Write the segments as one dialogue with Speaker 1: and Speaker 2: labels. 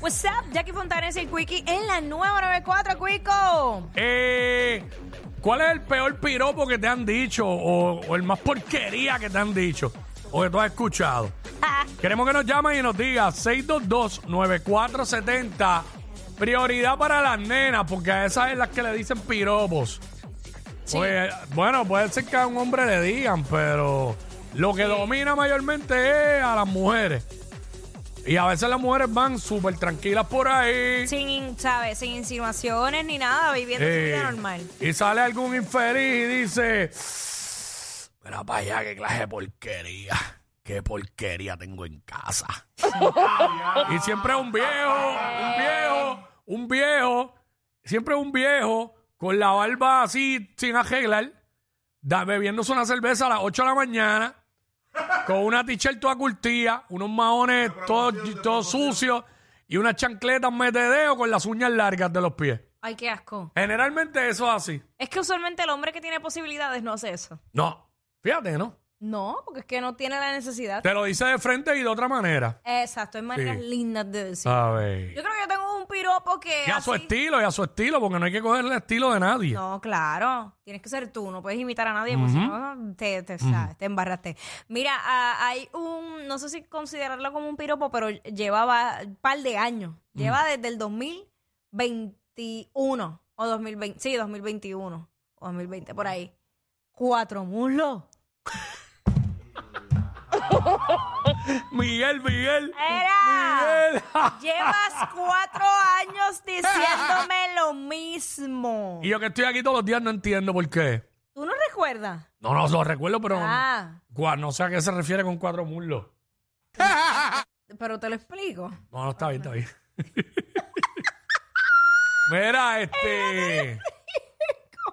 Speaker 1: What's up, Jackie Fontanes y Quickie en la nueva 94, Quico.
Speaker 2: Eh, ¿Cuál es el peor piropo que te han dicho o, o el más porquería que te han dicho o que tú has escuchado? Queremos que nos llamen y nos digas 622-9470. Prioridad para las nenas, porque a esas es las que le dicen piropos. Pues, bueno, puede ser que a un hombre le digan, pero lo que domina mayormente es a las mujeres. Y a veces las mujeres van súper tranquilas por ahí.
Speaker 1: Sin, in- ¿sabes? Sin insinuaciones ni nada, viviendo su
Speaker 2: Eh,
Speaker 1: vida normal.
Speaker 2: Y sale algún infeliz y dice: Mira para allá, qué clase de porquería. Qué porquería tengo en casa. y siempre es un viejo, un viejo, un viejo, siempre es un viejo con la barba así sin arreglar, da- bebiéndose una cerveza a las 8 de la mañana, con una t-shirt toda curtida, unos maones todos todos sucios y unas chancletas metedeo con las uñas largas de los pies.
Speaker 1: Ay, qué asco.
Speaker 2: Generalmente eso es así.
Speaker 1: Es que usualmente el hombre que tiene posibilidades no hace eso.
Speaker 2: No. Fíjate, ¿no?
Speaker 1: No, porque es que no tiene la necesidad.
Speaker 2: Te lo dice de frente y de otra manera.
Speaker 1: Exacto, hay maneras
Speaker 2: Sí. Ah.
Speaker 1: lindas de decir.
Speaker 2: A
Speaker 1: Yo
Speaker 2: ver.
Speaker 1: creo que yo tengo un piropo que.
Speaker 2: Y a su
Speaker 1: así-
Speaker 2: estilo, y a su estilo, porque no hay que coger el estilo de nadie.
Speaker 1: No, claro. Tienes que ser tú, no puedes imitar a nadie, porque si no, te, te, sabes, te embarraste. Mira, ah, hay un, no sé si considerarlo como un piropo, pero llevaba un par de años.
Speaker 2: Mm.
Speaker 1: Lleva desde el 2021 o 2020, sí, 2021 o 2020, por ahí. Cuatro muslos.
Speaker 2: Miguel, Miguel.
Speaker 1: Era.
Speaker 2: Miguel.
Speaker 1: Llevas cuatro años diciéndome lo mismo.
Speaker 2: y yo que estoy aquí todos los días no entiendo por qué.
Speaker 1: ¿Tú no recuerdas?
Speaker 2: No, no, lo recuerdo, pero
Speaker 1: Ah,
Speaker 2: cua- no sé a qué se refiere con cuatro muslos.
Speaker 1: pero te lo explico.
Speaker 2: No, no, está bien, está bien. Mira, este.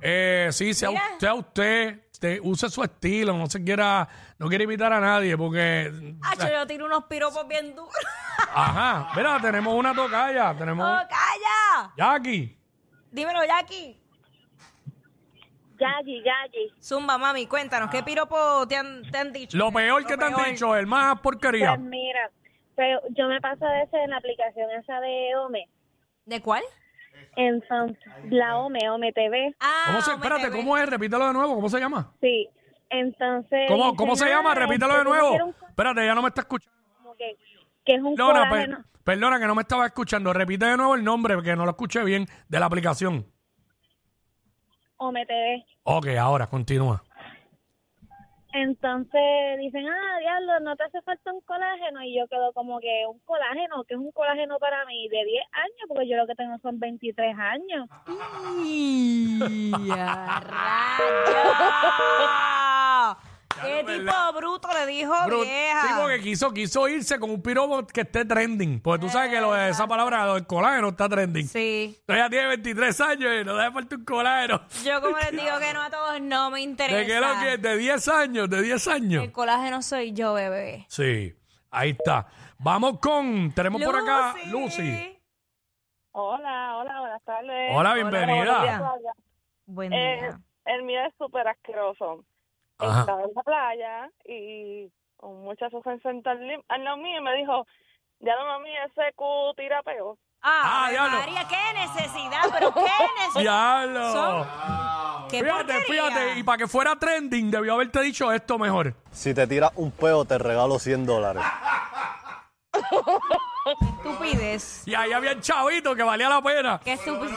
Speaker 2: Eh, sí, sea,
Speaker 1: Mira.
Speaker 2: u- sea usted, este, use su estilo, no se quiera, no quiere imitar a nadie, porque.
Speaker 1: Ah, yo tiro unos piropos bien duros.
Speaker 2: Ajá, mira, tenemos una tocaya, tenemos.
Speaker 1: ¡Oh, calla!
Speaker 2: Jackie.
Speaker 1: Dímelo, Jackie.
Speaker 3: Yagi, Yagi.
Speaker 1: Zumba, mami, cuéntanos, ¿qué piropo te han, te han dicho?
Speaker 2: Ah. Lo peor que te
Speaker 1: peor.
Speaker 2: han dicho, el más porquería.
Speaker 3: Pues mira, pero yo me paso a veces en la aplicación esa de Ome,
Speaker 1: ¿De cuál?
Speaker 3: en fan- la Ome, Ome TV.
Speaker 1: Ah,
Speaker 2: ¿Cómo se,
Speaker 1: hombre,
Speaker 2: espérate,
Speaker 1: te
Speaker 2: ¿cómo
Speaker 1: ve.
Speaker 2: es? Repítelo de nuevo, ¿cómo se llama?
Speaker 3: Sí,
Speaker 1: Eh,
Speaker 3: entonces...
Speaker 2: ¿Cómo,
Speaker 3: dicen,
Speaker 2: cómo se
Speaker 3: "Ah,
Speaker 2: llama? Repítelo de
Speaker 3: este, ¿cómo que era
Speaker 2: nuevo.
Speaker 3: un co-
Speaker 2: Espérate, ya no me está escuchando.
Speaker 3: como que, que es un
Speaker 2: Perdona,
Speaker 3: colágeno?
Speaker 2: per- perdona que no me estaba escuchando. Repite de nuevo el nombre, porque no lo escuché bien, de la aplicación.
Speaker 3: Ome TV.
Speaker 2: Ok, ahora continúa.
Speaker 3: Entonces dicen, ah, diablo, no te hace falta un colágeno. Y yo quedo como que, ¿un colágeno? que es un colágeno para mí? De 10 años, porque yo lo que tengo son 23 años.
Speaker 1: ¡Y a rayos! ¡Qué
Speaker 2: no,
Speaker 1: tipo bruto le dijo,
Speaker 2: Bru-
Speaker 1: Oh, vieja!
Speaker 2: Sí, porque quiso, quiso irse con un piropo que esté trending. Porque tú sabes que lo de esa palabra, lo del colágeno, está trending.
Speaker 1: Sí.
Speaker 2: Entonces Ella tiene 23 años y no le hace falta un colágeno.
Speaker 1: Yo como les digo que no a todos, no me interesa.
Speaker 2: ¿De qué lo que? De 10 años, de 10 años.
Speaker 1: El colágeno soy yo, bebé.
Speaker 2: Sí, ahí está. Vamos con, tenemos por acá Lucy.
Speaker 3: Hola, hola, buenas tardes.
Speaker 2: Hola,
Speaker 1: buenos
Speaker 2: bienvenida.
Speaker 1: días. Buen
Speaker 3: Eh,
Speaker 1: día.
Speaker 3: el mío es súper asqueroso.
Speaker 2: Ajá.
Speaker 3: Estaba en la playa y un muchacho se sentó al, li- al lado mío y me dijo, ya no mami, ese cu tira peo.
Speaker 1: Ah,
Speaker 2: Ah,
Speaker 1: Ave
Speaker 2: diablo.
Speaker 1: María, qué necesidad, pero qué necesidad.
Speaker 2: Diablo.
Speaker 1: Son- ¿Qué
Speaker 2: Fíjate,
Speaker 1: porquería.
Speaker 2: fíjate. Y para que fuera trending, debió haberte dicho esto mejor.
Speaker 4: Si te tiras un peo, te regalo 100 dólares.
Speaker 1: Estupidez.
Speaker 2: Y ahí había el chavito que valía la pena.
Speaker 1: Qué estupidez.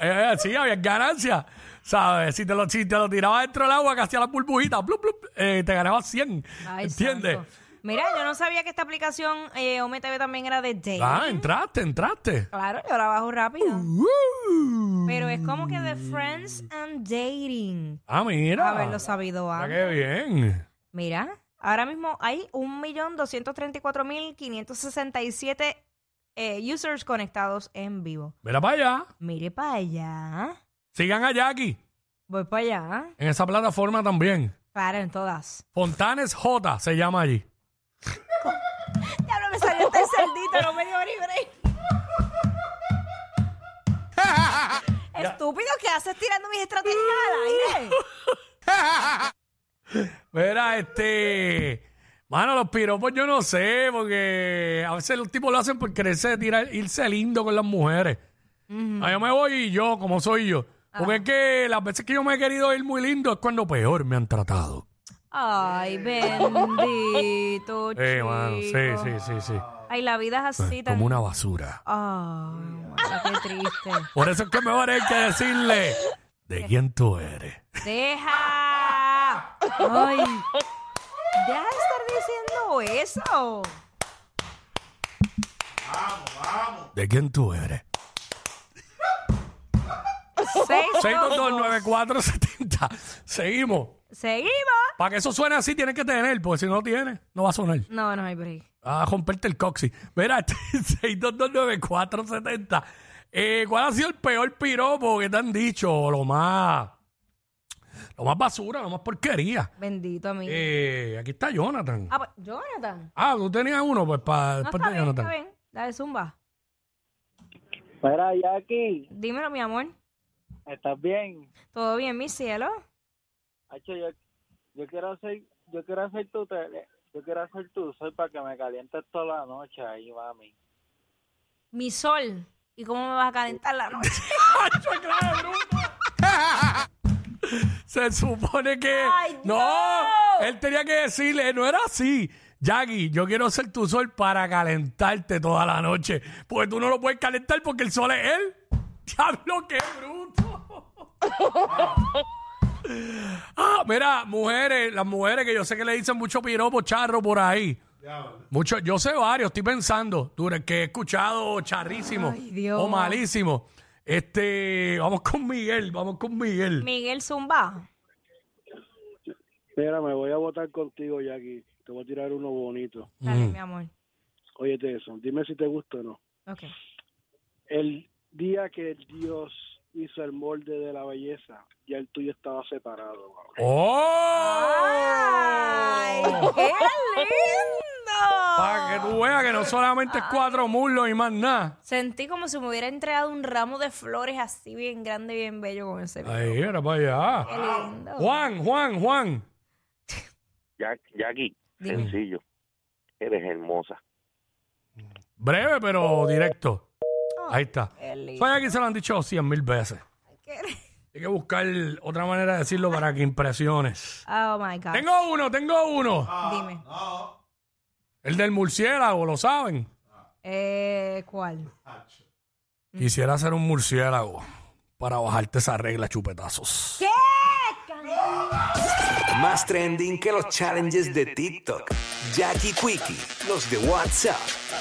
Speaker 2: Eh, sí, había ganancias. ¿Sabes? Si te lo, si te lo tirabas dentro del agua que hacía las burbujitas, plup, plup, eh, te ganabas 100.
Speaker 1: Ay,
Speaker 2: ¿Entiendes?
Speaker 1: santo. Mira, yo no sabía que esta aplicación eh, Ome TV también era de date.
Speaker 2: Ah, entraste, entraste.
Speaker 1: Claro, yo la bajo rápido.
Speaker 2: Uh.
Speaker 1: Pero es como que de Friends and Dating.
Speaker 2: Ah, mira.
Speaker 1: Haberlo sabido
Speaker 2: Ah,
Speaker 1: antes.
Speaker 2: qué bien.
Speaker 1: Mira, ahora mismo hay 1.234.567 eh, users conectados en vivo.
Speaker 2: Mira para allá.
Speaker 1: Mire para allá.
Speaker 2: Sigan a Jackie
Speaker 1: Voy para allá.
Speaker 2: en esa plataforma también.
Speaker 1: Claro, en todas.
Speaker 2: Fontanes J se llama allí.
Speaker 1: Ya no me salió este cerdito, no me dio ni break. Estúpido, ¿qué haces tirando mis estrategias al aire?
Speaker 2: Mira, este. Mano, los piropos yo no sé, porque a veces los tipos lo hacen por quererse tirar, irse lindo con las mujeres. Ah, yo me voy y yo, como soy yo. Porque es que las veces que yo me he querido ir muy lindo es cuando peor me han tratado.
Speaker 1: Ay, bendito, chico.
Speaker 2: Eh, mano, sí, sí, sí, sí. Pues,
Speaker 1: Ay, la vida es así tan...
Speaker 2: Como una basura.
Speaker 1: Ay, mano, qué triste.
Speaker 2: Por eso es que mejor hay que decirle de quién tú eres.
Speaker 1: ¡Deja! ¡Ay! Deja de estar diciendo eso.
Speaker 2: De quién tú eres.
Speaker 1: 622.
Speaker 2: 6229470. Seguimos.
Speaker 1: Seguimos.
Speaker 2: Para que eso suene así, tienes que tener, porque si no tiene, no va a sonar.
Speaker 1: No, no hay break.
Speaker 2: A Ah, romperte el coxi. Mira, 6229470. Eh, ¿Cuál ha sido el peor piropo que te han dicho? O Lo más. Lo más basura, lo más porquería.
Speaker 1: Bendito a mí.
Speaker 2: Eh, aquí está Jonathan.
Speaker 1: Ah, pues, Jonathan.
Speaker 2: Ah, tú tenías uno, pues para
Speaker 1: No,
Speaker 2: después
Speaker 1: está
Speaker 2: de
Speaker 1: bien,
Speaker 2: Jonathan.
Speaker 1: está bien. Dale, zumba.
Speaker 5: Mira, Jackie,
Speaker 1: Dímelo, mi amor.
Speaker 5: ¿estás bien?
Speaker 1: ¿Todo bien, mi cielo?
Speaker 5: Hacho, yo, yo quiero hacer, yo quiero hacer tu tele, yo quiero hacer tu sol para que me calientes toda la noche ahí, mami.
Speaker 1: Mi sol. ¿Y cómo me vas a calentar la noche?
Speaker 2: ¡Hacho, claro, Bruno! Se supone que.
Speaker 1: ¡Ay,
Speaker 2: no.
Speaker 1: no!
Speaker 2: Él tenía que decirle, no era así. Jackie, yo quiero ser tu sol para calentarte toda la noche. Porque tú no lo puedes calentar porque el sol es él. Diablo, qué bruto. ah, mira, mujeres, las mujeres que yo sé que le dicen mucho piropo charro por ahí. Mucho, yo sé varios, estoy pensando, dure, que he escuchado charrísimo
Speaker 1: Ay, Dios.
Speaker 2: o malísimo. Este, vamos con Miguel, vamos con Miguel.
Speaker 1: Miguel Zumba.
Speaker 5: Mira, me voy a votar contigo, Jackie. Te voy a tirar uno bonito.
Speaker 1: Dale,
Speaker 2: Mm.
Speaker 1: mi amor.
Speaker 5: Óyete eso, dime si te gusta o no.
Speaker 1: Ok.
Speaker 5: El día que Dios hizo el molde de la belleza, ya el tuyo estaba separado. mami.
Speaker 1: Ah. ¡Ay,
Speaker 2: ¡Oh!
Speaker 1: qué lindo!
Speaker 2: Para que tú veas que no solamente
Speaker 1: Ah.
Speaker 2: es cuatro muslos y más nada.
Speaker 1: Sentí como si me hubiera entregado un ramo de flores así bien grande, bien bello con ese.
Speaker 2: Ahí era para
Speaker 1: Qué
Speaker 2: allá.
Speaker 1: lindo.
Speaker 2: Juan, Juan, Juan.
Speaker 6: Jack- Jackie,
Speaker 1: Dime.
Speaker 6: sencillo. Eres hermosa.
Speaker 2: Breve, pero directo. Ahí está.
Speaker 1: Oh. Qué lindo.
Speaker 2: Soy aquí se lo han dicho cien mil veces.
Speaker 1: Qué-
Speaker 2: Hay que buscar otra manera de decirlo para que impresiones.
Speaker 1: Oh my God.
Speaker 2: Tengo uno, tengo uno.
Speaker 1: Dime.
Speaker 2: El del murciélago, lo saben.
Speaker 1: Eh, ¿Cuál? Mm.
Speaker 2: Quisiera ser un murciélago para bajarte esa regla, chupetazos.
Speaker 7: Más trending que los challenges de TikTok. Jackie Quickie, los de WhatsApp,